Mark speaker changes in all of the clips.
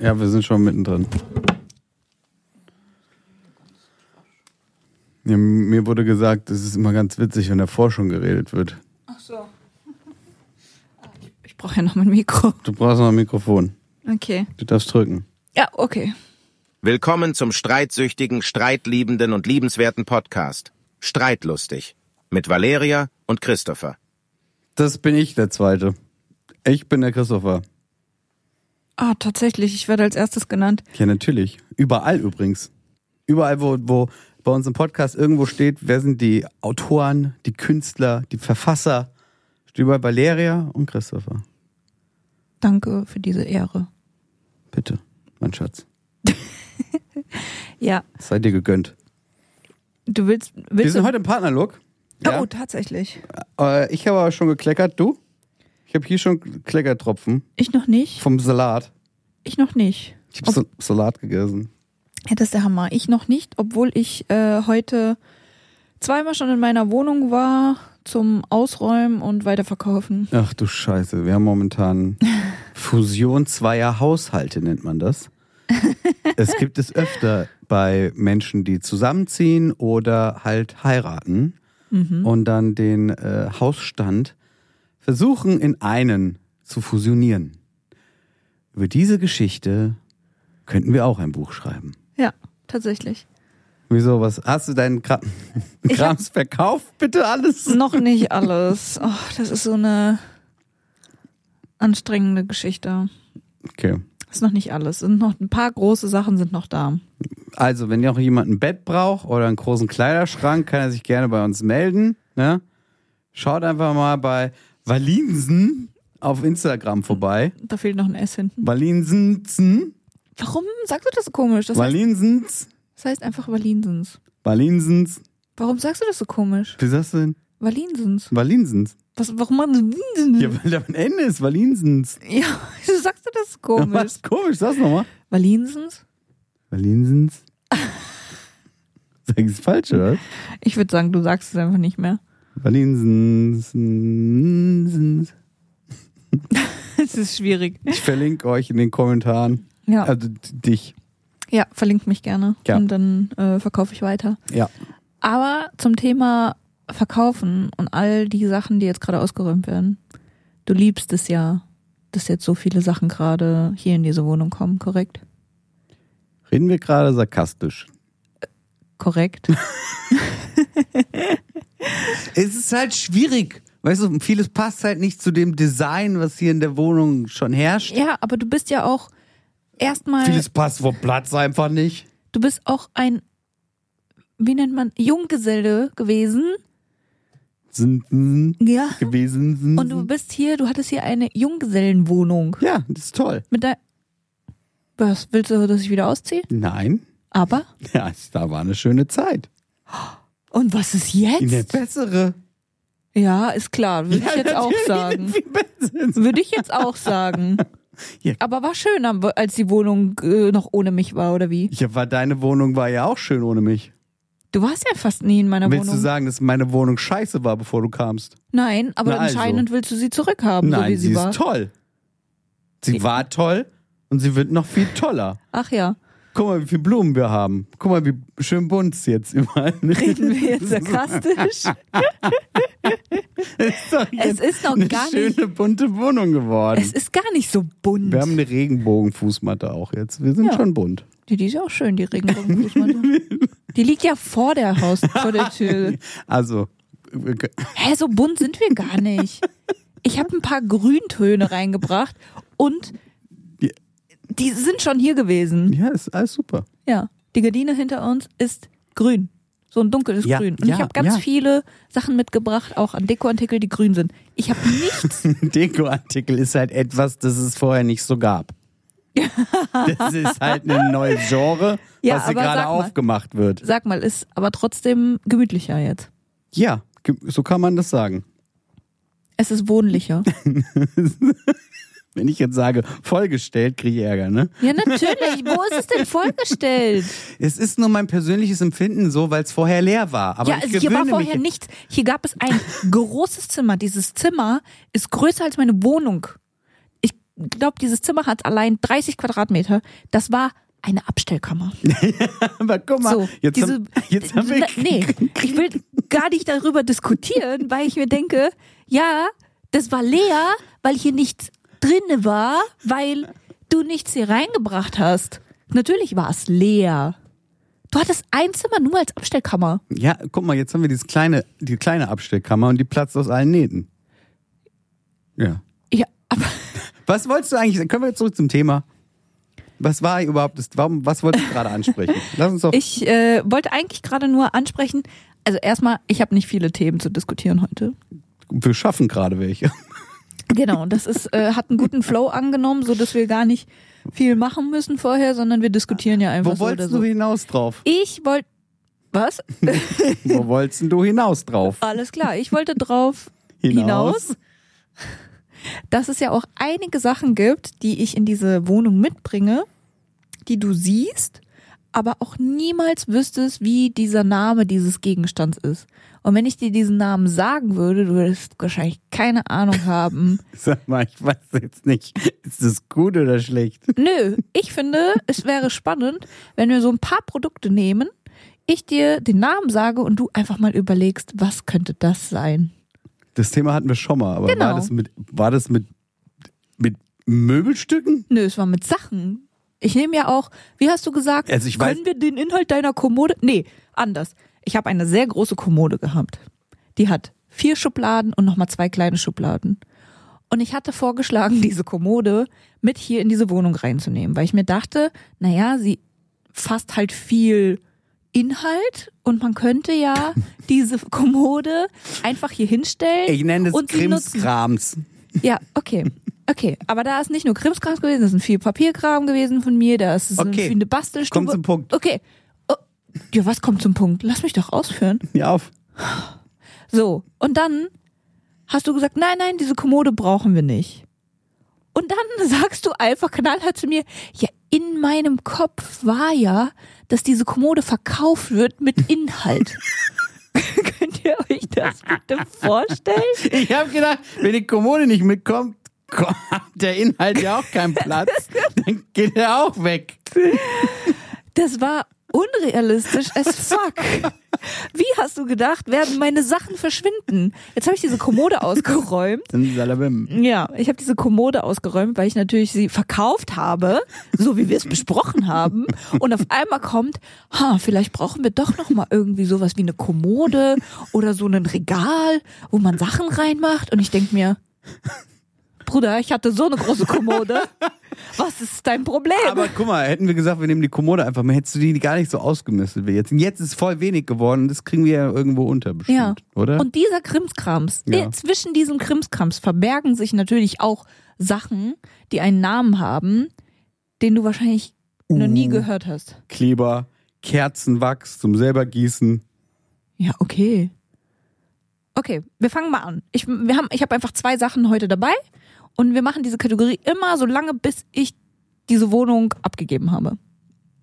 Speaker 1: Ja, wir sind schon mittendrin. Ja, mir wurde gesagt, es ist immer ganz witzig, wenn der Forschung geredet wird.
Speaker 2: Ach so. Ich, ich brauche ja noch mein Mikro.
Speaker 1: Du brauchst noch ein Mikrofon.
Speaker 2: Okay.
Speaker 1: Du darfst drücken.
Speaker 2: Ja, okay.
Speaker 3: Willkommen zum streitsüchtigen, streitliebenden und liebenswerten Podcast. Streitlustig. Mit Valeria und Christopher.
Speaker 1: Das bin ich, der Zweite. Ich bin der Christopher.
Speaker 2: Ah, tatsächlich. Ich werde als erstes genannt.
Speaker 1: Ja, natürlich. Überall übrigens. Überall, wo, wo bei uns im Podcast irgendwo steht, wer sind die Autoren, die Künstler, die Verfasser. Steht überall Valeria und Christopher.
Speaker 2: Danke für diese Ehre.
Speaker 1: Bitte, mein Schatz.
Speaker 2: Ja,
Speaker 1: Das sei dir gegönnt.
Speaker 2: du willst.
Speaker 1: Wir
Speaker 2: willst
Speaker 1: sind
Speaker 2: du,
Speaker 1: heute im Partnerlook.
Speaker 2: Oh, tatsächlich.
Speaker 1: Äh, ich habe aber schon gekleckert, du? Ich habe hier schon Kleckertropfen
Speaker 2: Ich noch nicht.
Speaker 1: vom Salat.
Speaker 2: Ich noch nicht.
Speaker 1: Ich habe Salat gegessen.
Speaker 2: Ja, das ist der Hammer. Ich noch nicht, obwohl ich äh, heute zweimal schon in meiner Wohnung war zum Ausräumen und Weiterverkaufen.
Speaker 1: Ach du Scheiße, wir haben momentan Fusion zweier Haushalte, nennt man das. es gibt es öfter bei Menschen, die zusammenziehen oder halt heiraten und dann den äh, Hausstand versuchen, in einen zu fusionieren. Über diese Geschichte könnten wir auch ein Buch schreiben.
Speaker 2: Ja, tatsächlich.
Speaker 1: Wieso, was? Hast du deinen Kram
Speaker 2: Ich hab-
Speaker 1: Krams verkauft? Bitte alles.
Speaker 2: Noch nicht alles. Oh, das ist so eine anstrengende Geschichte.
Speaker 1: Okay.
Speaker 2: Ist noch nicht alles. Sind noch ein paar große Sachen sind noch da.
Speaker 1: Also, wenn noch jemand ein Bett braucht oder einen großen Kleiderschrank, kann er sich gerne bei uns melden. Ne? Schaut einfach mal bei Valinsen auf Instagram vorbei.
Speaker 2: Da fehlt noch ein S hinten.
Speaker 1: Valinsen,
Speaker 2: Warum sagst du das so komisch? Das heißt,
Speaker 1: Valinsens,
Speaker 2: das heißt einfach Walinsens.
Speaker 1: Valinsens.
Speaker 2: Warum sagst du das so komisch?
Speaker 1: Wie sagst du denn?
Speaker 2: Walinsens.
Speaker 1: Valinsens.
Speaker 2: Was, warum man
Speaker 1: Ja, weil da ein Ende ist. Valinsens.
Speaker 2: Ja, wieso sagst du das so komisch?
Speaker 1: Was komisch, sag's nochmal.
Speaker 2: Walinsens?
Speaker 1: Valinsens. Sag ich's falsch, oder?
Speaker 2: Ich würde sagen, du sagst es einfach nicht mehr.
Speaker 1: Valinsens.
Speaker 2: Es ist schwierig.
Speaker 1: Ich verlinke euch in den Kommentaren.
Speaker 2: Ja,
Speaker 1: Also d- dich.
Speaker 2: ja verlinkt mich gerne.
Speaker 1: Ja.
Speaker 2: Und dann äh, verkaufe ich weiter.
Speaker 1: Ja.
Speaker 2: Aber zum Thema Verkaufen und all die Sachen, die jetzt gerade ausgeräumt werden. Du liebst es ja, dass jetzt so viele Sachen gerade hier in diese Wohnung kommen, korrekt?
Speaker 1: Reden wir gerade sarkastisch.
Speaker 2: Korrekt.
Speaker 1: Es ist halt schwierig. Weißt du, vieles passt halt nicht zu dem Design, was hier in der Wohnung schon herrscht.
Speaker 2: ja, aber du bist ja auch erstmal,
Speaker 1: Vieles passt vom Platz einfach nicht.
Speaker 2: du bist auch ein, wie nennt man, Junggeselle gewesen.
Speaker 1: Sind, sind
Speaker 2: Ja.
Speaker 1: gewesen. Sind,
Speaker 2: Und du bist hier, du hattest hier eine Junggesellenwohnung.
Speaker 1: ja, das ist toll.
Speaker 2: Mit dein Was, willst du, dass ich wieder ausziehe?
Speaker 1: Nein.
Speaker 2: Aber?
Speaker 1: Ja, es- da war eine schöne Zeit.
Speaker 2: Und was ist
Speaker 1: Eine
Speaker 2: jetzt?
Speaker 1: bessere.
Speaker 2: Ja, ist klar, würde ich jetzt auch
Speaker 1: natürlich,
Speaker 2: sagen.
Speaker 1: viel besser.
Speaker 2: Würde ich jetzt auch sagen.
Speaker 1: Ja.
Speaker 2: Aber war schön, am- als die Wohnung äh, noch ohne mich war, oder wie?
Speaker 1: Ja, war deine Wohnung war ja auch schön ohne mich.
Speaker 2: Du warst ja fast nie in meiner
Speaker 1: Willst
Speaker 2: Wohnung.
Speaker 1: du sagen, dass meine Wohnung scheiße war, bevor du kamst?
Speaker 2: Nein, aber
Speaker 1: Na also.
Speaker 2: anscheinend willst du sie zurückhaben, so
Speaker 1: Nein,
Speaker 2: wie sie,
Speaker 1: sie
Speaker 2: war.
Speaker 1: ist toll. Sie war toll und sie wird noch viel toller.
Speaker 2: Ach ja,
Speaker 1: Guck mal, wie viele Blumen wir haben. Guck mal, wie schön bunt es jetzt überall
Speaker 2: reden wir jetzt sarkastisch.
Speaker 1: ist. Doch
Speaker 2: Es
Speaker 1: jetzt
Speaker 2: ist noch
Speaker 1: eine
Speaker 2: gar
Speaker 1: schöne,
Speaker 2: nicht.
Speaker 1: bunte Wohnung geworden.
Speaker 2: Es ist gar nicht so bunt.
Speaker 1: wir haben ne- eine Regenbogenfußmatte auch jetzt. Wir sind
Speaker 2: Ja.
Speaker 1: schon bunt.
Speaker 2: die, die ist ja auch schön, die Regenbogenfußmatte. die liegt ja vor der Haus, vor der Tür.
Speaker 1: Also, wir kö-
Speaker 2: Hä, so bunt sind wir gar nicht. Ich habe ein paar Grüntöne reingebracht und
Speaker 1: Ja.
Speaker 2: die sind schon hier gewesen.
Speaker 1: ja, ist alles super.
Speaker 2: Ja, die Gardine hinter uns ist grün. So ein dunkeles
Speaker 1: Ja,
Speaker 2: Grün. Und
Speaker 1: ja,
Speaker 2: ich habe ganz
Speaker 1: ja.
Speaker 2: viele Sachen mitgebracht, auch an Dekoartikel, die grün sind. Ich habe nichts.
Speaker 1: Dekoartikel ist halt etwas, das es vorher nicht so gab. das ist halt ein neues Genre,
Speaker 2: Ja,
Speaker 1: was hier
Speaker 2: aber
Speaker 1: gerade
Speaker 2: sag mal.
Speaker 1: aufgemacht wird.
Speaker 2: Sag mal, ist aber trotzdem gemütlicher jetzt.
Speaker 1: Ja, ge- so kann man das sagen.
Speaker 2: Es ist wohnlicher.
Speaker 1: Wenn ich jetzt sage, vollgestellt, kriege ich Ärger, ne?
Speaker 2: Ja, natürlich. Wo ist es denn vorgestellt?
Speaker 1: Es ist nur mein persönliches Empfinden so, weil es vorher leer war. Aber
Speaker 2: ja,
Speaker 1: ich
Speaker 2: also hier war
Speaker 1: gewöhne
Speaker 2: vorher
Speaker 1: mich.
Speaker 2: nichts. Hier gab es ein großes Zimmer. Dieses Zimmer ist größer als meine Wohnung. Ich glaube, dieses Zimmer hat allein 30 Quadratmeter. Das war eine Abstellkammer.
Speaker 1: Aber guck mal,
Speaker 2: so,
Speaker 1: jetzt,
Speaker 2: diese,
Speaker 1: haben, jetzt haben wir.
Speaker 2: Na, nee, ich will gar nicht darüber diskutieren, weil ich mir denke, ja, das war leer, weil hier nichts drinne war, weil du nichts hier reingebracht hast. Natürlich war es leer. Du hattest ein Zimmer nur als Abstellkammer.
Speaker 1: Ja, guck mal, jetzt haben wir dieses kleine, die kleine Abstellkammer und die platzt aus allen Nähten. Ja.
Speaker 2: Ja, aber
Speaker 1: Was wolltest du eigentlich? Können wir jetzt zurück zum Thema? Was war überhaupt das? Warum, was wolltest du gerade ansprechen? Lass uns doch.
Speaker 2: ich äh, wollte eigentlich gerade nur ansprechen, also erstmal, ich habe nicht viele Themen zu diskutieren heute.
Speaker 1: wir schaffen gerade welche.
Speaker 2: Genau, das ist, äh, hat einen guten Flow angenommen, so dass wir gar nicht viel machen müssen vorher, sondern wir diskutieren ja einfach
Speaker 1: Wo
Speaker 2: so oder
Speaker 1: wolltest
Speaker 2: so.
Speaker 1: du hinaus drauf?
Speaker 2: Ich wollte. Was?
Speaker 1: Wo wolltest denn du hinaus drauf?
Speaker 2: Alles klar, ich wollte drauf
Speaker 1: Hinaus?
Speaker 2: hinaus. dass es ja auch einige Sachen gibt, die ich in diese Wohnung mitbringe, die du siehst, aber auch niemals wüsstest, wie dieser Name dieses Gegenstands ist. Und wenn ich dir diesen Namen sagen würde, du würdest wahrscheinlich keine Ahnung haben.
Speaker 1: Sag mal, ich weiß jetzt nicht. Ist das gut oder schlecht?
Speaker 2: Nö, ich finde, es wäre spannend, wenn wir so ein paar Produkte nehmen, ich dir den Namen sage und du einfach mal überlegst, was könnte das sein?
Speaker 1: Das Thema hatten wir schon mal, aber war
Speaker 2: Genau.
Speaker 1: das mit, war das mit, mit Möbelstücken?
Speaker 2: Nö, es war mit Sachen. Ich nehme ja auch, wie hast du gesagt,
Speaker 1: Also ich weiß-
Speaker 2: können wir den Inhalt deiner Kommode? Nee, anders. Ich habe eine sehr große Kommode gehabt. Die hat vier Schubladen und nochmal zwei kleine Schubladen. Und ich hatte vorgeschlagen, diese Kommode mit hier in diese Wohnung reinzunehmen, weil ich mir dachte, naja, sie fasst halt viel Inhalt und man könnte ja diese Kommode einfach hier hinstellen.
Speaker 1: Ich nenne das
Speaker 2: und sie nutzen.
Speaker 1: Krimskrams.
Speaker 2: Ja, okay. Okay, aber da ist nicht nur Krimskrams gewesen, da sind viel Papierkram gewesen von mir, da ist
Speaker 1: Okay.
Speaker 2: okay. eine Bastelstube.
Speaker 1: Komm zum Punkt.
Speaker 2: Okay. Oh, ja, was kommt zum Punkt? Lass mich doch ausführen.
Speaker 1: Ja, auf.
Speaker 2: So, und dann hast du gesagt, nein, nein, diese Kommode brauchen wir nicht. Und dann sagst du einfach knallhart zu mir, ja, in meinem Kopf war ja, dass diese Kommode verkauft wird mit Inhalt. Könnt ihr euch das bitte vorstellen?
Speaker 1: Ich habe gedacht, wenn die Kommode nicht mitkommt, kommt der Inhalt ja auch keinen Platz. Dann geht er auch weg.
Speaker 2: Das war unrealistisch as fuck. Wie hast du gedacht, werden meine Sachen verschwinden? Jetzt habe ich diese Kommode ausgeräumt.
Speaker 1: Dann Salabim.
Speaker 2: Ja, ich habe diese Kommode ausgeräumt, weil ich natürlich sie verkauft habe, so wie wir es besprochen haben. Und auf einmal kommt, ha, vielleicht brauchen wir doch noch mal irgendwie sowas wie eine Kommode oder so ein Regal, wo man Sachen reinmacht. Und ich denk mir, Bruder, ich hatte so eine große Kommode. Was ist dein Problem?
Speaker 1: Aber guck mal, hätten wir gesagt, wir nehmen die Kommode einfach mal, hättest du die gar nicht so ausgemistet wie jetzt. Und jetzt ist voll wenig geworden und das kriegen wir ja irgendwo unter bestimmt,
Speaker 2: Ja.
Speaker 1: oder?
Speaker 2: Und dieser Krimskrams,
Speaker 1: Ja.
Speaker 2: äh, zwischen diesem Krimskrams verbergen sich natürlich auch Sachen, die einen Namen haben, den du wahrscheinlich noch nie
Speaker 1: Oh.
Speaker 2: gehört hast.
Speaker 1: Kleber, Kerzenwachs zum selber gießen.
Speaker 2: Ja, okay. Okay, wir fangen mal an. Ich, wir haben, ich habe einfach zwei Sachen heute dabei und wir machen diese Kategorie immer so lange, bis ich diese Wohnung abgegeben habe.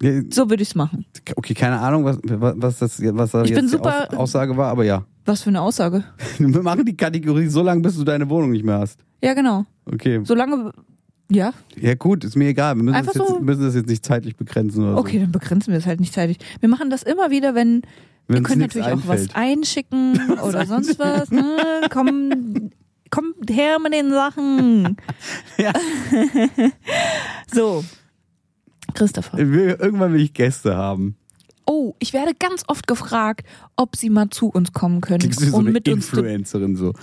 Speaker 1: Ja,
Speaker 2: So würde ich es machen.
Speaker 1: Okay, keine Ahnung, was, was, das, was da
Speaker 2: Ich
Speaker 1: jetzt
Speaker 2: bin
Speaker 1: die
Speaker 2: super-
Speaker 1: Aus- Aussage war, aber ja.
Speaker 2: Was für eine Aussage.
Speaker 1: Wir machen die Kategorie so lange, bis du deine Wohnung nicht mehr hast.
Speaker 2: Ja, genau.
Speaker 1: Okay.
Speaker 2: Solange. Ja,
Speaker 1: Ja gut, ist mir egal. Wir müssen, das
Speaker 2: Einfach
Speaker 1: jetzt,
Speaker 2: so-
Speaker 1: müssen das jetzt nicht zeitlich begrenzen oder
Speaker 2: okay, dann begrenzen wir es halt nicht zeitig. Wir machen das immer wieder,
Speaker 1: so.
Speaker 2: wenn,
Speaker 1: Wenn
Speaker 2: Wir
Speaker 1: uns
Speaker 2: können
Speaker 1: nichts
Speaker 2: natürlich auch was einschicken oder sonst was. Ne? Komm, komm her mit den Sachen.
Speaker 1: Ja.
Speaker 2: so. Christopher.
Speaker 1: Wir, irgendwann will ich Gäste haben.
Speaker 2: Oh, ich werde ganz oft gefragt, ob sie mal zu uns kommen können,
Speaker 1: Klingst du wie so
Speaker 2: um
Speaker 1: eine
Speaker 2: mit uns zu.
Speaker 1: Influencerin so.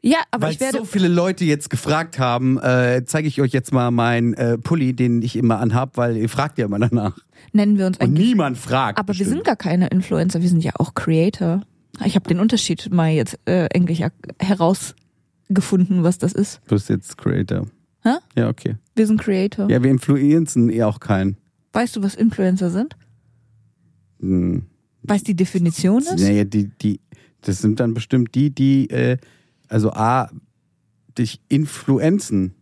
Speaker 2: Ja, aber
Speaker 1: Weil
Speaker 2: ich werde
Speaker 1: so viele Leute jetzt gefragt haben, äh, zeige ich euch jetzt mal meinen äh, Pulli, den ich immer anhab, weil ihr fragt ja immer danach.
Speaker 2: nennen wir uns
Speaker 1: Und
Speaker 2: eigentlich.
Speaker 1: niemand fragt.
Speaker 2: Aber wir sind
Speaker 1: bestimmt.
Speaker 2: gar keine Influencer, wir sind ja auch Creator. Ich habe den Unterschied mal jetzt äh, endlich ak- herausgefunden, was das ist.
Speaker 1: Du bist jetzt Creator.
Speaker 2: Hä?
Speaker 1: Ja, okay.
Speaker 2: Wir sind Creator.
Speaker 1: Ja, wir influenzen eh auch keinen.
Speaker 2: Weißt du, was Influencer sind?
Speaker 1: Hm.
Speaker 2: Weißt du die Definition ist?
Speaker 1: Naja, die, die, das sind dann bestimmt die, die, äh, also A, dich influenzen,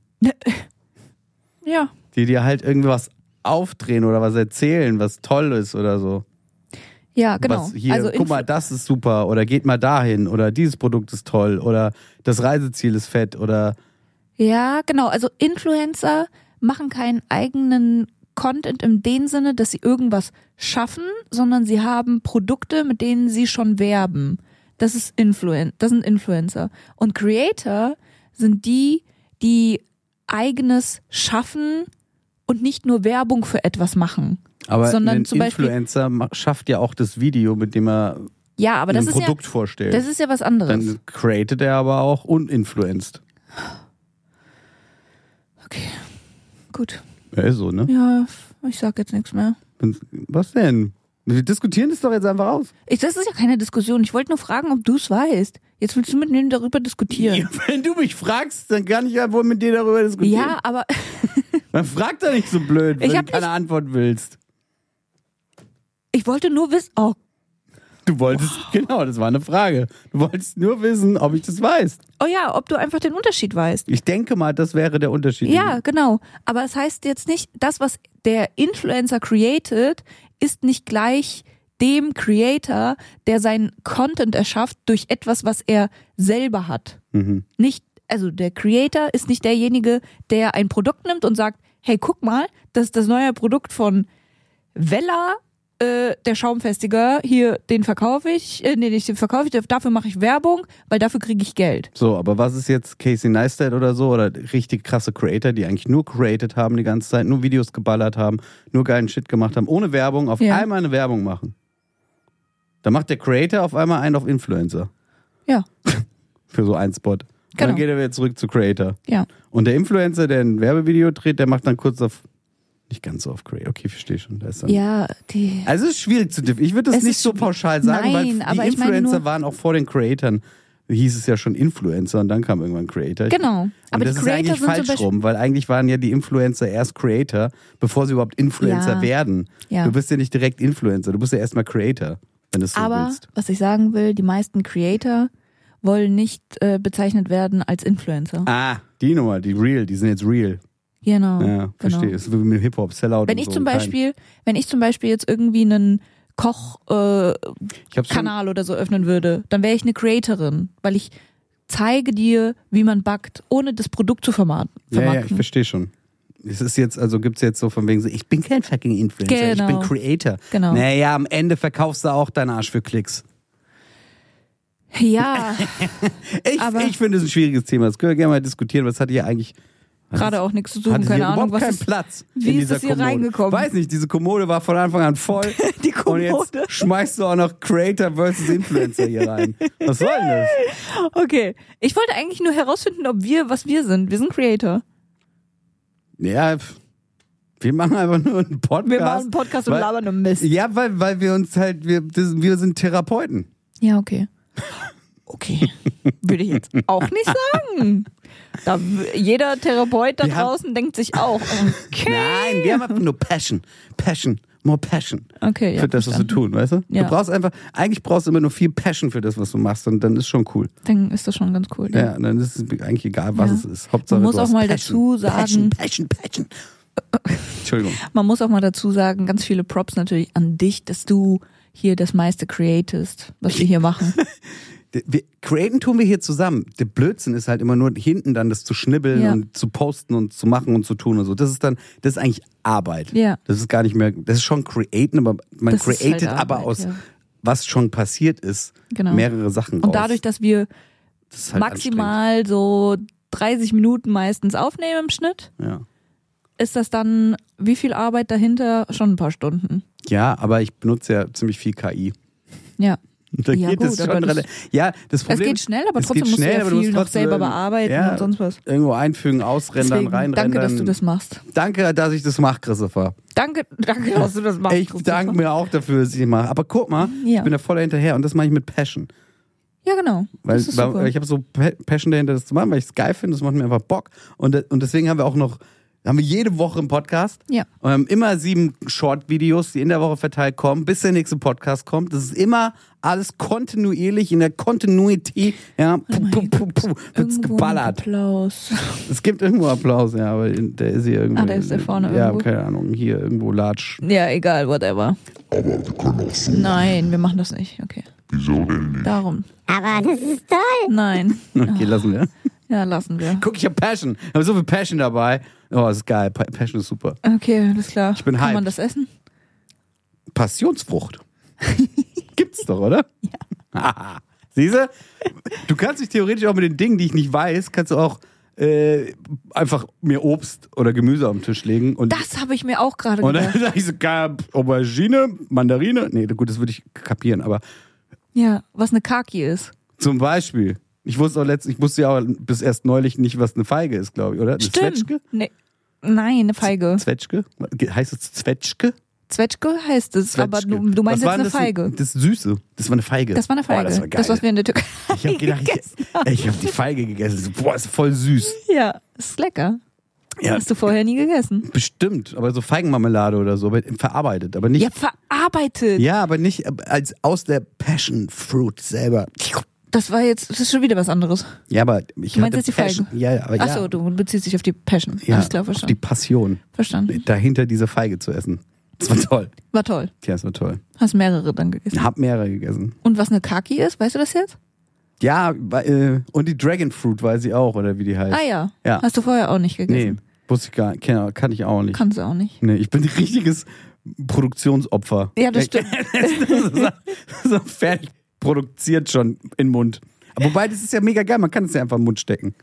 Speaker 2: Ja.
Speaker 1: die dir halt irgendwas aufdrehen oder was erzählen, was toll ist oder so.
Speaker 2: Ja, genau.
Speaker 1: Was hier,
Speaker 2: also
Speaker 1: guck mal,
Speaker 2: Influ-
Speaker 1: das ist super oder geht mal dahin oder dieses Produkt ist toll oder das Reiseziel ist fett oder
Speaker 2: Ja, genau. Also Influencer machen keinen eigenen Content im dem Sinne, dass sie irgendwas schaffen, sondern sie haben Produkte, mit denen sie schon werben. Das ist Influen das sind Influencer. Und Creator sind die, die eigenes schaffen und nicht nur Werbung für etwas machen.
Speaker 1: Aber
Speaker 2: Sondern
Speaker 1: ein
Speaker 2: zum Beispiel-
Speaker 1: Influencer ma- schafft ja auch das Video, mit dem er
Speaker 2: Ja, aber das
Speaker 1: ein
Speaker 2: ist
Speaker 1: Produkt
Speaker 2: ja
Speaker 1: vorstellt.
Speaker 2: das ist ja was anderes.
Speaker 1: Dann createt er aber auch uninfluenced.
Speaker 2: okay. Gut.
Speaker 1: Ja, ist so, ne?
Speaker 2: Ja, ich sag jetzt nichts mehr.
Speaker 1: Was denn? Wir diskutieren das doch jetzt einfach aus.
Speaker 2: Ich, das ist ja keine Diskussion. Ich wollte nur fragen, ob du es weißt. Jetzt willst du mit mir darüber diskutieren.
Speaker 1: Wenn du mich fragst, dann kann ich ja wohl mit dir darüber
Speaker 2: Ja,
Speaker 1: diskutieren.
Speaker 2: aber
Speaker 1: Man fragt doch nicht so blöd, wenn
Speaker 2: Ich
Speaker 1: du
Speaker 2: hab
Speaker 1: keine Antwort willst.
Speaker 2: ich wollte nur wissen. Oh,
Speaker 1: Du wolltest, genau, das war eine Frage. Du wolltest nur wissen, ob ich das weiß.
Speaker 2: oh ja, ob du einfach den Unterschied weißt.
Speaker 1: Ich denke mal, das wäre der Unterschied.
Speaker 2: Ja, genau. Aber es heißt jetzt nicht, das, was der Influencer created, ist nicht gleich dem Creator, der seinen Content erschafft durch etwas, was er selber hat. Nicht, also der Creator ist nicht derjenige, der ein Produkt nimmt und sagt, hey, guck mal, das ist das neue Produkt von Vella, äh, der Schaumfestiger, hier, den verkaufe ich, äh, nee, nicht den verkaufe ich, dafür mache ich Werbung, weil dafür kriege ich Geld.
Speaker 1: So, aber was ist jetzt Casey Neistat oder so oder richtig krasse Creator, die eigentlich nur created haben die ganze Zeit, nur Videos geballert haben, nur geilen Shit gemacht haben, ohne Werbung, auf
Speaker 2: Ja.
Speaker 1: einmal eine Werbung machen. Da macht der Creator auf einmal einen auf Influencer
Speaker 2: Ja,
Speaker 1: für so einen Spot. Genau.
Speaker 2: Genau.
Speaker 1: Dann geht er wieder zurück zu Creator.
Speaker 2: ja.
Speaker 1: Und der Influencer, der ein Werbevideo dreht, der macht dann kurz auf nicht ganz so auf Creator. Okay, verstehe schon. Da ist dann
Speaker 2: Ja, die.
Speaker 1: Also es ist schwierig zu diff. Ich würde das
Speaker 2: Es
Speaker 1: nicht
Speaker 2: ist
Speaker 1: so
Speaker 2: schwi-
Speaker 1: pauschal sagen, weil
Speaker 2: Nein,
Speaker 1: die
Speaker 2: aber ich meine
Speaker 1: Influencer
Speaker 2: nur-
Speaker 1: waren auch vor den Creatern. Hieß es ja schon Influencer und dann kam irgendwann Creator. Ich-
Speaker 2: Genau.
Speaker 1: Und
Speaker 2: Aber
Speaker 1: das
Speaker 2: die
Speaker 1: ist
Speaker 2: Creator
Speaker 1: eigentlich
Speaker 2: sind zum
Speaker 1: falsch
Speaker 2: Beispiel-
Speaker 1: rum, weil eigentlich waren ja die Influencer erst Creator, bevor sie überhaupt Influencer
Speaker 2: Ja.
Speaker 1: werden.
Speaker 2: Ja.
Speaker 1: Du bist ja nicht direkt Influencer, du bist ja erstmal Creator, wenn du es so
Speaker 2: Aber
Speaker 1: willst.
Speaker 2: was ich sagen will, die meisten Creator wollen nicht äh, bezeichnet werden als Influencer.
Speaker 1: Ah, die Nummer, die Real, die sind jetzt Real.
Speaker 2: Genau.
Speaker 1: Ja, verstehe.
Speaker 2: genau.
Speaker 1: Ist wie mit Hip-Hop, Sellout
Speaker 2: Wenn
Speaker 1: und
Speaker 2: ich
Speaker 1: so
Speaker 2: zum
Speaker 1: und kein-
Speaker 2: Beispiel, wenn ich zum Beispiel jetzt irgendwie einen Kochkanal
Speaker 1: Ich hab's schon-
Speaker 2: Kanal oder so öffnen würde, dann wäre ich eine Creatorin, weil ich zeige dir, wie man backt, ohne das Produkt zu vermarkten.
Speaker 1: Ja, ja, ich
Speaker 2: vermarkten.
Speaker 1: verstehe schon. Es ist jetzt, also gibt's jetzt so von wegen so, ich bin kein fucking Influencer,
Speaker 2: Genau.
Speaker 1: ich bin Creator.
Speaker 2: Genau.
Speaker 1: Naja, am Ende verkaufst du auch deinen Arsch für Klicks.
Speaker 2: ja
Speaker 1: Ich,
Speaker 2: Aber-
Speaker 1: ich finde es ein schwieriges Thema. Das können wir gerne mal diskutieren. Was hat hier eigentlich.
Speaker 2: gerade auch nichts zu
Speaker 1: Hatte
Speaker 2: suchen,
Speaker 1: hier
Speaker 2: keine Ahnung,
Speaker 1: überhaupt
Speaker 2: was
Speaker 1: keinen
Speaker 2: ist,
Speaker 1: Platz
Speaker 2: wie
Speaker 1: in
Speaker 2: ist
Speaker 1: dieser
Speaker 2: das hier
Speaker 1: Kommode.
Speaker 2: reingekommen?
Speaker 1: Weiß nicht, diese Kommode war von Anfang an voll.
Speaker 2: Die
Speaker 1: Und
Speaker 2: Kommode.
Speaker 1: jetzt schmeißt du auch noch Creator versus Influencer hier rein. Was soll denn das?
Speaker 2: Okay, ich wollte eigentlich nur herausfinden, ob wir, was wir sind. Wir sind Creator.
Speaker 1: Ja, pf, wir machen einfach nur einen Podcast.
Speaker 2: Wir machen einen Podcast und
Speaker 1: weil-
Speaker 2: labern um Mist.
Speaker 1: Ja, weil, weil wir uns halt, wir, das, wir sind Therapeuten.
Speaker 2: Ja, okay. Okay. Würde ich jetzt auch nicht sagen. Da, w- jeder Therapeut da
Speaker 1: Wir haben-
Speaker 2: draußen denkt sich auch, okay.
Speaker 1: Nein, wir haben einfach nur Passion. Passion. More Passion.
Speaker 2: Okay, ja,
Speaker 1: Für das, was du tun, weißt du?
Speaker 2: Ja.
Speaker 1: Du brauchst einfach, eigentlich brauchst du immer nur viel Passion für das, was du machst und dann ist schon cool.
Speaker 2: Dann ist das schon ganz cool.
Speaker 1: Ja, und dann ist es eigentlich egal, was
Speaker 2: Ja.
Speaker 1: es ist. Hauptsache,
Speaker 2: Man muss
Speaker 1: du
Speaker 2: auch
Speaker 1: hast
Speaker 2: mal
Speaker 1: Passion.
Speaker 2: dazu sagen-
Speaker 1: Passion, Passion, Passion. Entschuldigung.
Speaker 2: Man muss auch mal dazu sagen, ganz viele Props natürlich an dich, dass du hier das meiste createst, was wir hier machen.
Speaker 1: D- Wir, createn tun wir hier zusammen. Der Blödsinn ist halt immer nur hinten dann das zu schnibbeln
Speaker 2: Ja.
Speaker 1: und zu posten und zu machen und zu tun und so. Das ist dann, das ist eigentlich Arbeit.
Speaker 2: Ja.
Speaker 1: Das ist gar nicht mehr, das ist schon createn, aber man
Speaker 2: Das ist
Speaker 1: created
Speaker 2: halt
Speaker 1: aber
Speaker 2: Arbeit,
Speaker 1: aus,
Speaker 2: ja.
Speaker 1: was schon passiert ist,
Speaker 2: Genau.
Speaker 1: mehrere Sachen raus.
Speaker 2: Und dadurch, dass wir
Speaker 1: Das ist halt
Speaker 2: maximal so 30 Minuten meistens aufnehmen im Schnitt,
Speaker 1: anstrengend. Ja.
Speaker 2: ist das dann, wie viel Arbeit dahinter? Schon ein paar Stunden.
Speaker 1: ja, aber ich benutze ja ziemlich viel KI.
Speaker 2: Ja.
Speaker 1: Da
Speaker 2: Ja,
Speaker 1: geht
Speaker 2: gut,
Speaker 1: es schon
Speaker 2: aber das-
Speaker 1: rela- Ja, das Problem
Speaker 2: geht schnell, aber
Speaker 1: es
Speaker 2: trotzdem
Speaker 1: geht
Speaker 2: musst du
Speaker 1: schnell,
Speaker 2: ja
Speaker 1: aber du musst
Speaker 2: viel noch
Speaker 1: trotzdem-
Speaker 2: selber bearbeiten
Speaker 1: ja,
Speaker 2: und sonst was.
Speaker 1: Irgendwo einfügen, ausrendern,
Speaker 2: Deswegen,
Speaker 1: reinrendern.
Speaker 2: danke, dass du das machst.
Speaker 1: Danke, dass ich das mache, Christopher.
Speaker 2: Danke, danke, dass du das machst.
Speaker 1: Ich
Speaker 2: Christopher.
Speaker 1: danke mir auch dafür, dass ich das mache. Aber guck mal,
Speaker 2: Ja.
Speaker 1: ich bin da voll hinterher und das mache ich mit Passion.
Speaker 2: Ja, genau.
Speaker 1: Weil,
Speaker 2: das ist
Speaker 1: weil-
Speaker 2: super.
Speaker 1: weil ich habe so Pa- Passion dahinter, das zu machen, weil ich es geil finde, das macht mir einfach Bock. Und, de- und deswegen haben wir auch noch, haben wir jede Woche einen Podcast.
Speaker 2: Ja.
Speaker 1: Und haben immer sieben Short-Videos, die in der Woche verteilt kommen, bis der nächste Podcast kommt. Das ist immer alles kontinuierlich, in der Continuity. Ja, puh, puh, puh, puh, wird's
Speaker 2: Oh Irgendwo ein
Speaker 1: geballert.
Speaker 2: Applaus.
Speaker 1: Es gibt irgendwo Applaus, ja, aber in- der ist hier irgendwo.
Speaker 2: Ah, der ist da vorne
Speaker 1: Ja,
Speaker 2: irgendwo.
Speaker 1: keine Ahnung, hier irgendwo Latsch.
Speaker 2: Ja, egal, whatever. Nein, wir machen das nicht. Okay.
Speaker 4: Wieso denn nicht?
Speaker 2: Darum.
Speaker 5: Aber das ist toll.
Speaker 2: Nein.
Speaker 1: Okay, lassen wir.
Speaker 2: Ja, lassen wir.
Speaker 1: Guck, ich habe Passion. Ich habe so viel Passion dabei. Oh, das ist geil. Pa- Passion ist super.
Speaker 2: Okay, alles klar.
Speaker 1: bin
Speaker 2: Kann man
Speaker 1: hyped.
Speaker 2: das essen?
Speaker 1: Passionsfrucht. Gibt's doch, oder? Ja. Siehste? Du kannst dich theoretisch auch mit den Dingen, die ich nicht weiß, kannst du auch äh, einfach mir Obst oder Gemüse auf den Tisch legen und
Speaker 2: Das habe ich mir auch gerade
Speaker 1: Und dann
Speaker 2: gedacht.
Speaker 1: sag ich so, Ka- Aubergine, Mandarine. Nee, gut, das würde ich kapieren, aber
Speaker 2: Ja, was eine Kaki ist.
Speaker 1: zum Beispiel, ich wusste auch letzt, ich wusste ja auch bis erst neulich nicht, was eine Feige ist, glaube ich, oder? Eine Zwetschge?
Speaker 2: Stimmt. Nee. Nein, eine Feige.
Speaker 1: Zwetschge? Ge- Heißt es Zwetschge?
Speaker 2: Zwetschge heißt es,
Speaker 1: Zwetschge.
Speaker 2: aber du, du
Speaker 1: Was
Speaker 2: meinst jetzt
Speaker 1: war
Speaker 2: eine
Speaker 1: das?
Speaker 2: Feige.
Speaker 1: Das Süße. Das war eine Feige.
Speaker 2: Das war eine Feige.
Speaker 1: Boah, das war geil.
Speaker 2: was wir in der Türkei
Speaker 1: ich habe gedacht, ich,
Speaker 2: gegessen haben.
Speaker 1: ey, ich habe die Feige gegessen. So, boah, ist voll süß.
Speaker 2: Ja, ist lecker.
Speaker 1: Ja,
Speaker 2: Hast du vorher nie gegessen.
Speaker 1: bestimmt. Aber so Feigenmarmelade oder so, aber verarbeitet. Aber nicht.
Speaker 2: ja, verarbeitet.
Speaker 1: Ja, aber nicht äh, als aus der Passion Fruit selber.
Speaker 2: Das war jetzt, das ist schon wieder was anderes.
Speaker 1: Ja, aber ich
Speaker 2: Du meinst
Speaker 1: hatte
Speaker 2: jetzt die Feigen?
Speaker 1: Passion. Ja, aber ja.
Speaker 2: Achso, du beziehst dich auf die Passion.
Speaker 1: ja,
Speaker 2: Alles klar,
Speaker 1: auf die
Speaker 2: verstanden.
Speaker 1: Passion
Speaker 2: verstanden.
Speaker 1: dahinter diese Feige zu essen. Das war toll.
Speaker 2: War toll.
Speaker 1: Ja, das war toll.
Speaker 2: Hast mehrere dann gegessen.
Speaker 1: Hab mehrere gegessen.
Speaker 2: Und was eine Kaki ist, weißt du das jetzt?
Speaker 1: Ja, weil, äh, und die Dragon Fruit weiß ich auch, oder wie die heißt.
Speaker 2: Ah ja.
Speaker 1: Ja.
Speaker 2: Hast du vorher auch nicht
Speaker 1: nee,
Speaker 2: gegessen?
Speaker 1: wusste ich gar nicht. Kann, kann ich auch nicht.
Speaker 2: Kannst du auch nicht.
Speaker 1: Nee, ich bin ein richtiges Produktionsopfer.
Speaker 2: Ja, das stimmt.
Speaker 1: so fertig produziert schon in den Mund. Aber Wobei, das ist ja mega geil. Man kann es ja einfach in den Mund stecken.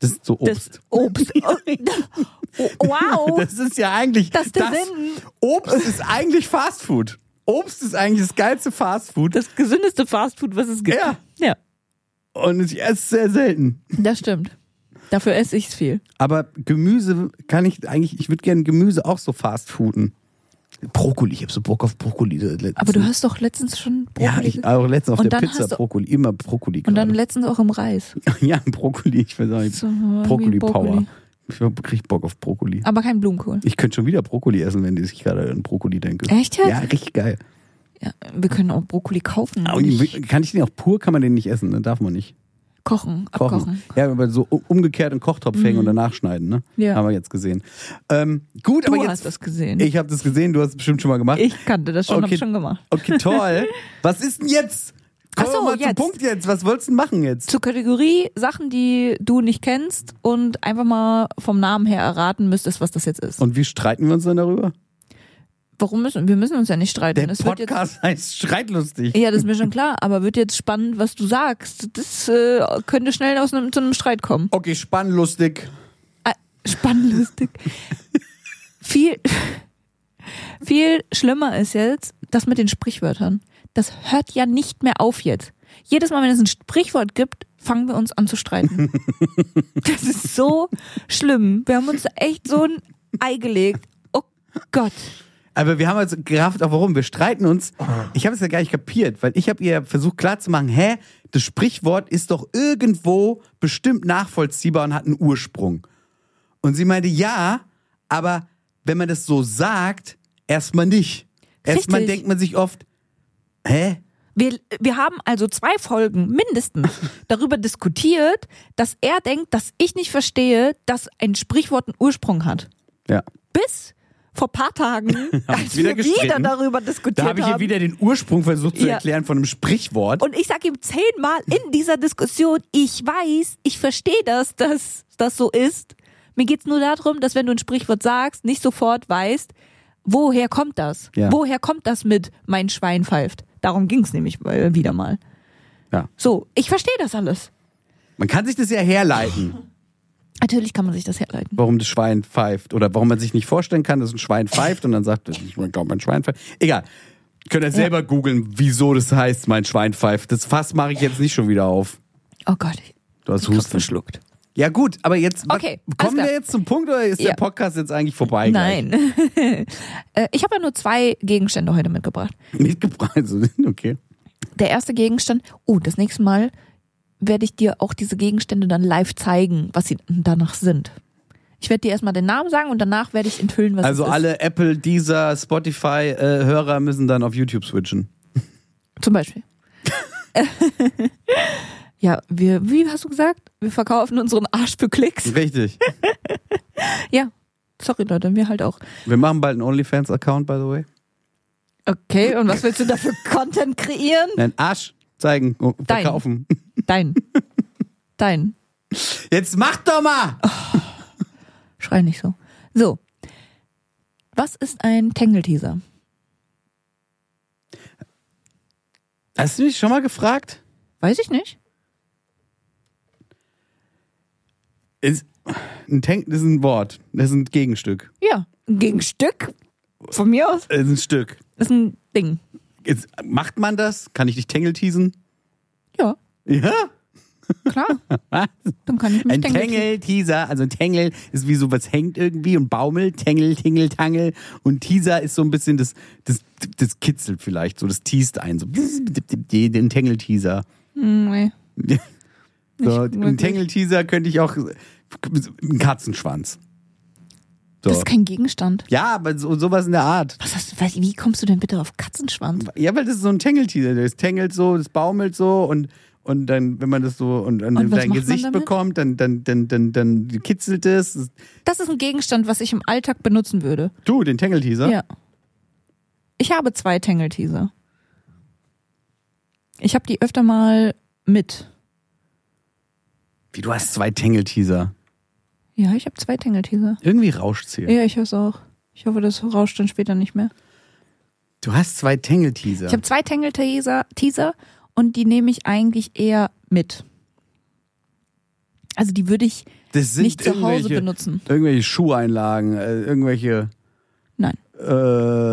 Speaker 1: Das ist so Obst.
Speaker 2: Das Obst. Oh, wow.
Speaker 1: Das ist ja eigentlich.
Speaker 2: Das ist der Sinn.
Speaker 1: Obst ist eigentlich Fastfood. Obst ist eigentlich das geilste Fastfood.
Speaker 2: Das gesündeste Fastfood, was es gibt.
Speaker 1: Ja.
Speaker 2: ja.
Speaker 1: und ich esse es sehr selten.
Speaker 2: Das stimmt. Dafür esse ich es viel.
Speaker 1: Aber Gemüse kann ich eigentlich. Ich würde gerne Gemüse auch so fastfooden. Brokkoli, ich habe so Bock auf Brokkoli. Letztens.
Speaker 2: Aber du hast doch letztens schon
Speaker 1: Ja,
Speaker 2: Brokkoli.
Speaker 1: ich auch letztens auf
Speaker 2: Und
Speaker 1: der
Speaker 2: dann
Speaker 1: Pizza
Speaker 2: hast du-
Speaker 1: Brokkoli. Immer Brokkoli.
Speaker 2: und dann
Speaker 1: gerade.
Speaker 2: letztens auch im Reis.
Speaker 1: ja, Brokkoli. Ich weiß auch nicht.
Speaker 2: So,
Speaker 1: Brokkoli
Speaker 2: irgendwie
Speaker 1: Power.
Speaker 2: Brokkoli.
Speaker 1: Ich krieg Bock auf Brokkoli.
Speaker 2: Aber kein Blumenkohl.
Speaker 1: Ich könnte schon wieder Brokkoli essen, wenn ich gerade an Brokkoli denke.
Speaker 2: Echt jetzt?
Speaker 1: Ja, richtig geil.
Speaker 2: Ja, wir können auch Brokkoli kaufen.
Speaker 1: Aber
Speaker 2: und nicht
Speaker 1: Kann ich den auch pur? Kann man den nicht essen? Ne? Darf man nicht.
Speaker 2: kochen,
Speaker 1: Kochen.
Speaker 2: abkochen. Mhm.
Speaker 1: Ja, aber so u- umgekehrt in Kochtopf hängen und danach schneiden, ne?
Speaker 2: Ja.
Speaker 1: Haben wir jetzt gesehen. Ähm, gut,
Speaker 2: Du
Speaker 1: aber jetzt.
Speaker 2: hast das gesehen.
Speaker 1: Ich habe das gesehen, du hast es bestimmt schon mal gemacht.
Speaker 2: Ich kannte das schon, hab
Speaker 1: okay,
Speaker 2: schon gemacht.
Speaker 1: Okay, toll. Was ist denn jetzt? Komm
Speaker 2: Ach so,
Speaker 1: mal zum
Speaker 2: jetzt.
Speaker 1: Punkt jetzt. Was wolltest du denn machen jetzt?
Speaker 2: Zur Kategorie Sachen, die du nicht kennst und einfach mal vom Namen her erraten müsstest, was das jetzt ist.
Speaker 1: Und wie streiten wir uns dann darüber?
Speaker 2: Warum müssen wir müssen uns ja nicht streiten?
Speaker 1: Der
Speaker 2: es wird jetzt,
Speaker 1: Podcast heißt Streitlustig.
Speaker 2: ja, das ist mir schon klar, aber wird jetzt spannend, was du sagst. Das äh, könnte schnell aus einem, zu einem Streit kommen.
Speaker 1: okay, spannlustig.
Speaker 2: Ah, spannend, lustig. viel, viel schlimmer ist jetzt das mit den Sprichwörtern. Das hört ja nicht mehr auf jetzt. Jedes Mal, wenn es ein Sprichwort gibt, fangen wir uns an zu streiten. das ist so schlimm. Wir haben uns echt so ein Ei gelegt. Oh Gott.
Speaker 1: Aber wir haben also gerafft, auch warum. Wir streiten uns. Ich habe es ja gar nicht kapiert, weil ich habe ihr versucht klarzumachen, hä, das Sprichwort ist doch irgendwo bestimmt nachvollziehbar und hat einen Ursprung. Und sie meinte, ja, aber wenn man das so sagt, erstmal nicht. Erstmal
Speaker 2: Richtig.
Speaker 1: denkt man sich oft, hä?
Speaker 2: Wir, wir haben also zwei Folgen mindestens darüber diskutiert, dass er denkt, dass ich nicht verstehe, dass ein Sprichwort einen Ursprung hat.
Speaker 1: Ja.
Speaker 2: bis vor paar Tagen, als
Speaker 1: wieder
Speaker 2: wir wieder
Speaker 1: gestritten.
Speaker 2: darüber diskutiert
Speaker 1: Da habe ich ihr
Speaker 2: haben.
Speaker 1: wieder den Ursprung versucht zu
Speaker 2: Ja.
Speaker 1: erklären von einem Sprichwort.
Speaker 2: und ich sage ihm zehnmal in dieser Diskussion, ich weiß, ich verstehe das, dass das so ist. Mir geht's nur darum, dass wenn du ein Sprichwort sagst, nicht sofort weißt, woher kommt das?
Speaker 1: Ja.
Speaker 2: Woher kommt das mit mein Schwein pfeift? Darum ging's nämlich äh, wieder mal.
Speaker 1: Ja.
Speaker 2: So, ich verstehe das alles.
Speaker 1: Man kann sich das ja herleiten.
Speaker 2: Natürlich kann man sich das herleiten.
Speaker 1: warum das Schwein pfeift oder warum man sich nicht vorstellen kann, dass ein Schwein pfeift und dann sagt, ich glaube, mein Schwein pfeift. Egal. Könnt ihr selber googeln, wieso das heißt, mein Schwein pfeift. Das Fass mache ich jetzt nicht schon wieder auf.
Speaker 2: Oh Gott, ich
Speaker 1: Du hast
Speaker 2: hab's
Speaker 1: Husten.
Speaker 2: verschluckt.
Speaker 1: Ja gut, aber jetzt was-
Speaker 2: Okay, alles
Speaker 1: kommen wir
Speaker 2: klar.
Speaker 1: jetzt zum Punkt oder ist
Speaker 2: Ja.
Speaker 1: der Podcast jetzt eigentlich vorbei?
Speaker 2: Nein. Äh, ich habe ja nur zwei Gegenstände heute mitgebracht.
Speaker 1: Gleich? Mitgebracht. Also, Okay.
Speaker 2: der erste Gegenstand, oh, das nächste Mal werde ich dir auch diese Gegenstände dann live zeigen, was sie danach sind. Ich werde dir erstmal den Namen sagen und danach werde ich enthüllen, was
Speaker 1: Also
Speaker 2: es ist.
Speaker 1: alle Apple, Deezer, Spotify äh, Hörer müssen dann auf YouTube switchen.
Speaker 2: Zum Beispiel. ja, wir, wie hast du gesagt? Wir verkaufen unseren Arsch für
Speaker 1: Mhm.
Speaker 2: Klicks.
Speaker 1: Richtig.
Speaker 2: Ja. Sorry, Leute, mir halt auch.
Speaker 1: wir machen bald einen OnlyFans Account by the way.
Speaker 2: Okay, und was willst du da für Content kreieren?
Speaker 1: Nein, Arsch zeigen, oh, und
Speaker 2: Dein.
Speaker 1: verkaufen.
Speaker 2: Dein. Dein.
Speaker 1: Jetzt mach doch mal!
Speaker 2: Oh. Schrei nicht so. So. Was ist ein Tangle-Teaser?
Speaker 1: Hast du mich schon mal gefragt?
Speaker 2: Weiß ich nicht.
Speaker 1: Ist, ein Tank das ist ein Wort. Das ist ein Gegenstück.
Speaker 2: Ja. Ein Gegenstück? Von mir aus?
Speaker 1: Das ist ein Stück.
Speaker 2: Ist ein Ding.
Speaker 1: Jetzt, macht man das? Kann ich dich Tangle teasen?
Speaker 2: Ja,
Speaker 1: Ja?
Speaker 2: klar. Dann kann ich mich
Speaker 1: Ein
Speaker 2: Tangle teasen.
Speaker 1: Tangle-Teaser, also ein Tangle ist wie so was hängt irgendwie und baumelt, Tangle, Tingle, Tangle und Teaser ist so ein bisschen das, das, das kitzelt vielleicht, so das teast einen, so den Tangle-Teaser.
Speaker 2: Hm, nee.
Speaker 1: So,
Speaker 2: Nicht
Speaker 1: ein
Speaker 2: wirklich.
Speaker 1: Tangle-Teaser könnte ich auch, ein Katzenschwanz. So.
Speaker 2: Das ist kein Gegenstand.
Speaker 1: ja, aber so, sowas in der Art.
Speaker 2: Was hast du, was- wie kommst du denn bitte auf Katzenschwanz?
Speaker 1: Ja, weil das ist so ein Tangle-Teaser. Das tangelt so, das baumelt so und, und dann, wenn man das so und, und,
Speaker 2: Und was
Speaker 1: dein
Speaker 2: macht man
Speaker 1: Gesicht
Speaker 2: damit?
Speaker 1: bekommt, dann, dann, dann, dann, dann kitzelt es.
Speaker 2: Das ist ein Gegenstand, was ich im Alltag benutzen würde.
Speaker 1: Du, den Tangle-Teaser?
Speaker 2: Ja. Ich habe zwei Tangle-Teaser. Ich habe die öfter mal mit.
Speaker 1: Wie, du hast zwei Tangle-Teaser.
Speaker 2: Ja, ich habe zwei Tangle-Teaser.
Speaker 1: Irgendwie rauscht's hier.
Speaker 2: Ja, ich höre es auch. Ich hoffe, das rauscht dann später nicht mehr.
Speaker 1: Du hast zwei Tangle-Teaser.
Speaker 2: Ich habe zwei Tangle-Teaser Teaser und die nehme ich eigentlich eher mit. Also die würde ich
Speaker 1: Das sind
Speaker 2: nicht zu Hause
Speaker 1: irgendwelche-
Speaker 2: benutzen.
Speaker 1: Irgendwelche Schuheinlagen, äh, irgendwelche
Speaker 2: Nein.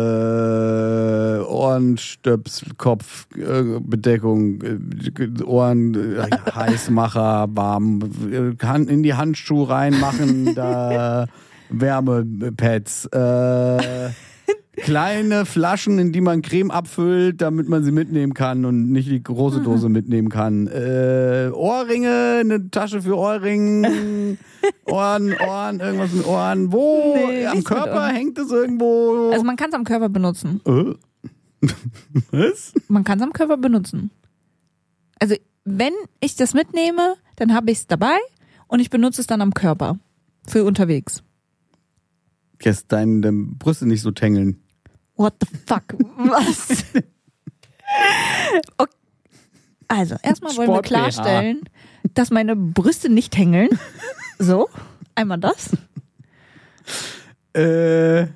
Speaker 1: äh, Ohrenstöps, Kopf, äh, Bedeckung, äh, Ohren, äh, Heißmacher, warm, äh, Hand in die Handschuhe reinmachen, da Wärmepads, äh, kleine Flaschen, in die man Creme abfüllt, damit man sie mitnehmen kann und nicht die
Speaker 2: Mhm.
Speaker 1: große Dose mitnehmen kann. Äh, Ohrringe, eine Tasche für Ohrringe, Ohren, Ohren, irgendwas mit Ohren. Wo?
Speaker 2: Nee, nichts
Speaker 1: Am
Speaker 2: mit
Speaker 1: Körper
Speaker 2: Ohren.
Speaker 1: hängt es irgendwo.
Speaker 2: Also man kann es am Körper benutzen.
Speaker 1: Äh? Was?
Speaker 2: Man kann es am Körper benutzen. Also wenn ich das mitnehme, dann habe ich es dabei und ich benutze es dann am Körper. Für unterwegs.
Speaker 1: Lässt deine, deine Brüste nicht so tängeln.
Speaker 2: What the fuck? Was? okay. Also, erstmal wollen wir
Speaker 1: Sport-BH.
Speaker 2: klarstellen, dass meine Brüste nicht hängeln. So, einmal das.
Speaker 1: Äh,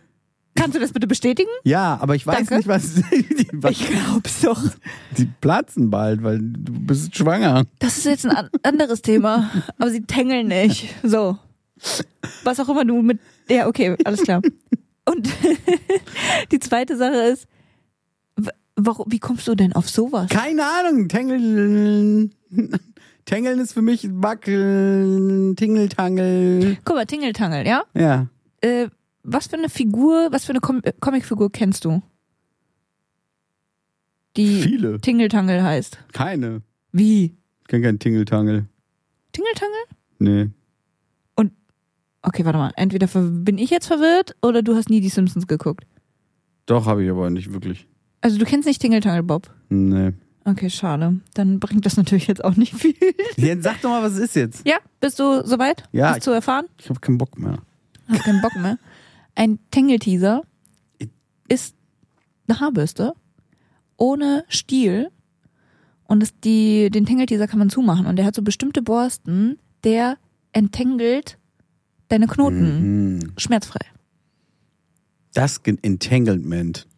Speaker 2: Kannst du das bitte bestätigen?
Speaker 1: ja, aber ich weiß
Speaker 2: Danke.
Speaker 1: nicht, was die, was
Speaker 2: Ich glaub's doch.
Speaker 1: die platzen bald, weil du bist schwanger.
Speaker 2: Das ist jetzt ein an- anderes Thema, aber sie tängeln nicht. So. Was auch immer du mit. Ja, okay, alles klar. Und die zweite Sache ist, w- warum, wie kommst du denn auf sowas?
Speaker 1: Keine Ahnung, Tangeln. Tangeln ist für mich Wackeln, Tingeltangel.
Speaker 2: Guck mal, Tingeltangel, ja?
Speaker 1: Ja.
Speaker 2: Äh, was für eine Figur, was für eine Com äh, Comicfigur kennst du? Die
Speaker 1: Viele.
Speaker 2: Tingeltangel heißt.
Speaker 1: Keine.
Speaker 2: Wie?
Speaker 1: Ich kenne keinen Tingeltangel.
Speaker 2: Tingeltangel?
Speaker 1: Nee.
Speaker 2: Okay, warte mal. Entweder ver- bin ich jetzt verwirrt oder du hast nie die Simpsons geguckt.
Speaker 1: Doch, habe ich aber nicht wirklich.
Speaker 2: Also du kennst nicht Tingeltangel, Bob.
Speaker 1: Nee.
Speaker 2: Okay, schade. Dann bringt das natürlich jetzt auch nicht viel.
Speaker 1: Jetzt sag doch mal, was es ist jetzt.
Speaker 2: Ja, bist du soweit?
Speaker 1: Ja,
Speaker 2: Hast
Speaker 1: ich-
Speaker 2: zu erfahren?
Speaker 1: Ich habe keinen Bock mehr.
Speaker 2: Hab keinen Bock mehr. Ein Tangle-Teaser ist eine Haarbürste ohne Stiel und das, die, den Tangle-Teaser kann man zumachen und der hat so bestimmte Borsten, der entangelt deine
Speaker 1: Mhm.
Speaker 2: Knoten schmerzfrei.
Speaker 1: Das Ge- Entanglement.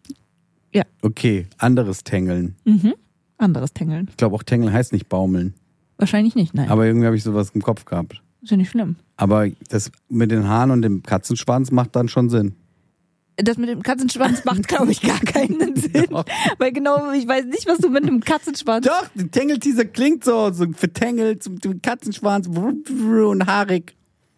Speaker 2: Ja.
Speaker 1: Okay, anderes Tangeln.
Speaker 2: Mhm. Anderes Tangeln.
Speaker 1: Ich glaube auch Tangeln heißt nicht baumeln.
Speaker 2: Wahrscheinlich nicht, nein.
Speaker 1: Aber irgendwie habe ich sowas im Kopf gehabt.
Speaker 2: ist ja nicht schlimm.
Speaker 1: Aber das mit den Haaren und dem Katzenschwanz macht dann schon Sinn.
Speaker 2: Das mit dem Katzenschwanz macht, glaube ich, gar keinen Sinn.
Speaker 1: Doch.
Speaker 2: Weil genau, ich weiß nicht, was du mit einem Katzenschwanz.
Speaker 1: Doch, der Tangle-Teaser klingt so, so vertangelt, so mit dem Katzenschwanz und haarig.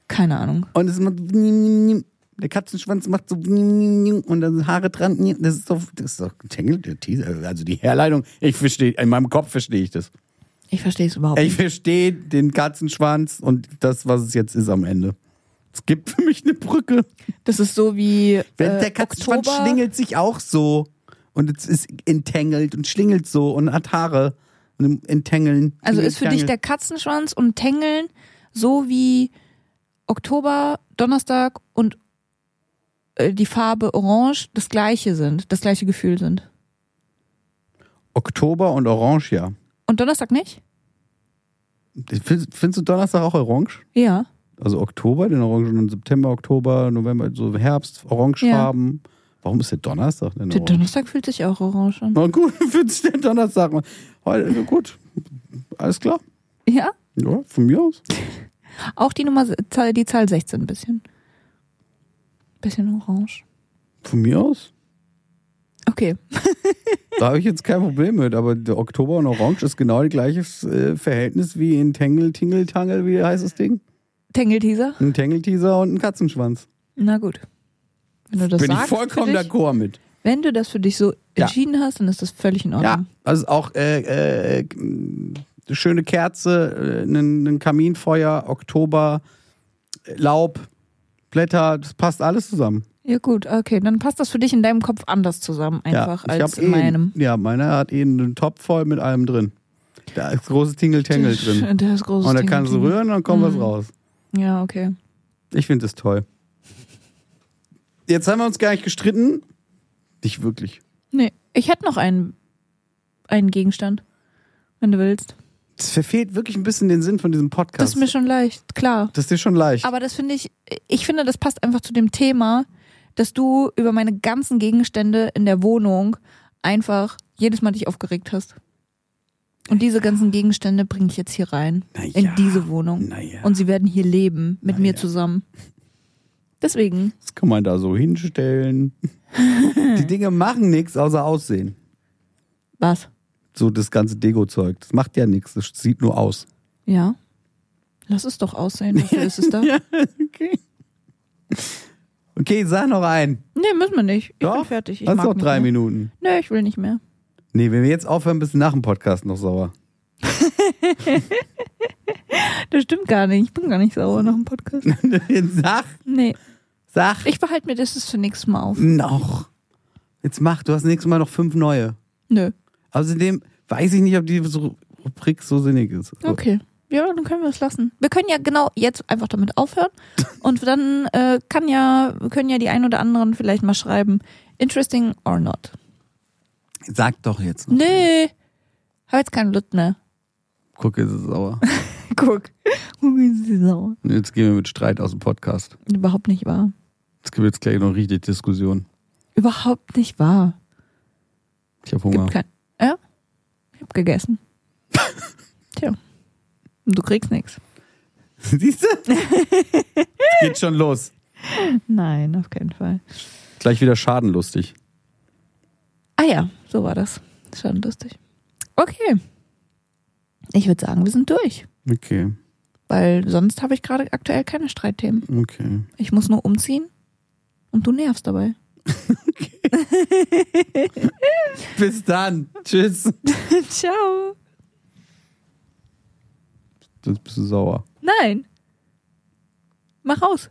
Speaker 2: Keine Ahnung.
Speaker 1: Und es macht, der Katzenschwanz macht so und dann sind Haare dran. Das ist doch, das ist doch ein Tangle, der Teaser. Also die Herleitung, ich verstehe, in meinem Kopf verstehe ich das.
Speaker 2: Ich verstehe es überhaupt nicht.
Speaker 1: Ich verstehe den Katzenschwanz und das, was es jetzt ist am Ende. Es gibt für mich eine Brücke.
Speaker 2: Das ist so wie
Speaker 1: Wenn
Speaker 2: äh,
Speaker 1: der Katzenschwanz
Speaker 2: Oktober.
Speaker 1: schlingelt sich auch so und es ist entangled und schlingelt so und hat Haare und im entangeln.
Speaker 2: Also ist für dich
Speaker 1: Entangeln.
Speaker 2: der Katzenschwanz und Tängeln so wie Oktober, Donnerstag und äh, die Farbe Orange das gleiche sind, das gleiche Gefühl sind.
Speaker 1: Oktober und Orange, ja.
Speaker 2: Und Donnerstag nicht?
Speaker 1: Findest, findest du Donnerstag auch orange?
Speaker 2: Ja.
Speaker 1: Also Oktober, den orangenen September, Oktober, November, so Herbst, orangefarben. Warum ist der Donnerstag denn
Speaker 2: Der
Speaker 1: orange?
Speaker 2: Donnerstag fühlt sich auch orange an.
Speaker 1: Na gut, fühlt sich der Donnerstag mal. Heute, gut, alles klar.
Speaker 2: Ja.
Speaker 1: Ja, von mir aus.
Speaker 2: Auch die Nummer, Zahl- die Zahl 16 ein bisschen. Bisschen orange.
Speaker 1: Von mir aus.
Speaker 2: Okay.
Speaker 1: Da habe ich jetzt kein Problem mit, aber der Oktober und Orange ist genau das gleiche äh, Verhältnis wie in Tangle, Tingle, Tangle, wie heißt das Ding?
Speaker 2: Tangle-Teaser?
Speaker 1: Ein Tangle-Teaser und ein Katzenschwanz.
Speaker 2: Na gut. Wenn du das
Speaker 1: Bin ich
Speaker 2: sagst,
Speaker 1: vollkommen
Speaker 2: für dich,
Speaker 1: d'accord mit.
Speaker 2: wenn du das für dich so
Speaker 1: Ja.
Speaker 2: entschieden hast, dann ist das völlig in
Speaker 1: Ja,
Speaker 2: Ordnung.
Speaker 1: also auch äh, äh, eine schöne Kerze, ein Kaminfeuer, Oktober, Laub, Blätter, das passt alles zusammen.
Speaker 2: Ja. gut, okay. Dann passt das für dich in deinem Kopf anders zusammen einfach
Speaker 1: ich
Speaker 2: als
Speaker 1: hab
Speaker 2: in meinem.
Speaker 1: Eh, ja, meiner hat eh einen Topf voll mit allem drin. Da ist großes Tingle-Tangle drin.
Speaker 2: Der ist großes Mhm.
Speaker 1: Und da kannst du
Speaker 2: Tingle-Tingle.
Speaker 1: rühren und dann kommt was raus.
Speaker 2: Ja, okay.
Speaker 1: Ich finde es toll. Jetzt haben wir uns gar nicht gestritten. Nicht wirklich.
Speaker 2: Nee, ich hätte noch einen, einen Gegenstand, wenn du willst.
Speaker 1: Das verfehlt wirklich ein bisschen den Sinn von diesem
Speaker 2: Das
Speaker 1: Podcast.
Speaker 2: ist mir schon leicht, klar.
Speaker 1: das ist dir schon leicht.
Speaker 2: Aber das finde ich, ich finde, das passt einfach zu dem Thema, dass du über meine ganzen Gegenstände in der Wohnung einfach jedes Mal dich aufgeregt hast. Und diese ganzen Gegenstände bringe ich jetzt hier rein.
Speaker 1: Na ja.
Speaker 2: In diese Wohnung.
Speaker 1: Naja.
Speaker 2: Und sie werden hier leben, mit
Speaker 1: Na
Speaker 2: mir
Speaker 1: ja.
Speaker 2: zusammen. Deswegen,
Speaker 1: Das kann man da so hinstellen. Die Dinge machen nichts außer aussehen.
Speaker 2: was?
Speaker 1: So das ganze Deko-Zeug. Das macht ja nichts. Das sieht nur aus.
Speaker 2: Ja. Lass es doch aussehen, dafür ist es da.
Speaker 1: Okay. Okay, sag noch einen.
Speaker 2: Nee, müssen wir nicht. Ich
Speaker 1: Doch?
Speaker 2: bin fertig. Ich
Speaker 1: Hast
Speaker 2: mag
Speaker 1: noch
Speaker 2: nicht
Speaker 1: drei
Speaker 2: mehr.
Speaker 1: Minuten.
Speaker 2: Nee, ich will nicht mehr.
Speaker 1: Nee, wenn wir jetzt aufhören, bist du nach dem Podcast noch sauer.
Speaker 2: Das stimmt gar nicht. Ich bin gar nicht sauer nach dem Podcast.
Speaker 1: sag,
Speaker 2: Nee.
Speaker 1: sag.
Speaker 2: Ich behalte mir das für nächstes Mal auf.
Speaker 1: Noch. Jetzt mach, du hast nächstes Mal noch fünf neue.
Speaker 2: Nö.
Speaker 1: Außerdem weiß ich nicht, ob die so- Rubrik so sinnig ist. So.
Speaker 2: Okay. Ja, dann können wir es lassen. Wir können ja genau jetzt einfach damit aufhören. Und dann äh, kann ja, können ja die ein oder anderen vielleicht mal schreiben, interesting or not.
Speaker 1: Sag doch jetzt noch.
Speaker 2: Nee. Hab jetzt keine Lust mehr.
Speaker 1: Guck, jetzt ist es sauer.
Speaker 2: Guck. Wie sie sauer.
Speaker 1: Jetzt gehen wir mit Streit aus dem Podcast.
Speaker 2: Überhaupt nicht wahr.
Speaker 1: Es gibt jetzt gleich noch richtig Diskussion.
Speaker 2: Überhaupt nicht wahr.
Speaker 1: Ich habe
Speaker 2: Gibt
Speaker 1: Hunger.
Speaker 2: kein. Ja? Ich hab gegessen. Tja. Und Du kriegst nichts.
Speaker 1: Siehst du? geht schon los.
Speaker 2: Nein, auf keinen Fall.
Speaker 1: Gleich wieder schadenlustig.
Speaker 2: Ah ja, so war das. Schon lustig. Okay. Ich würde sagen, wir sind durch.
Speaker 1: Okay,
Speaker 2: Weil sonst habe ich gerade aktuell keine Streitthemen.
Speaker 1: okay.
Speaker 2: Ich muss nur umziehen und du nervst dabei.
Speaker 1: Bis dann. Tschüss.
Speaker 2: Ciao.
Speaker 1: Jetzt bist du sauer.
Speaker 2: Nein. Mach aus.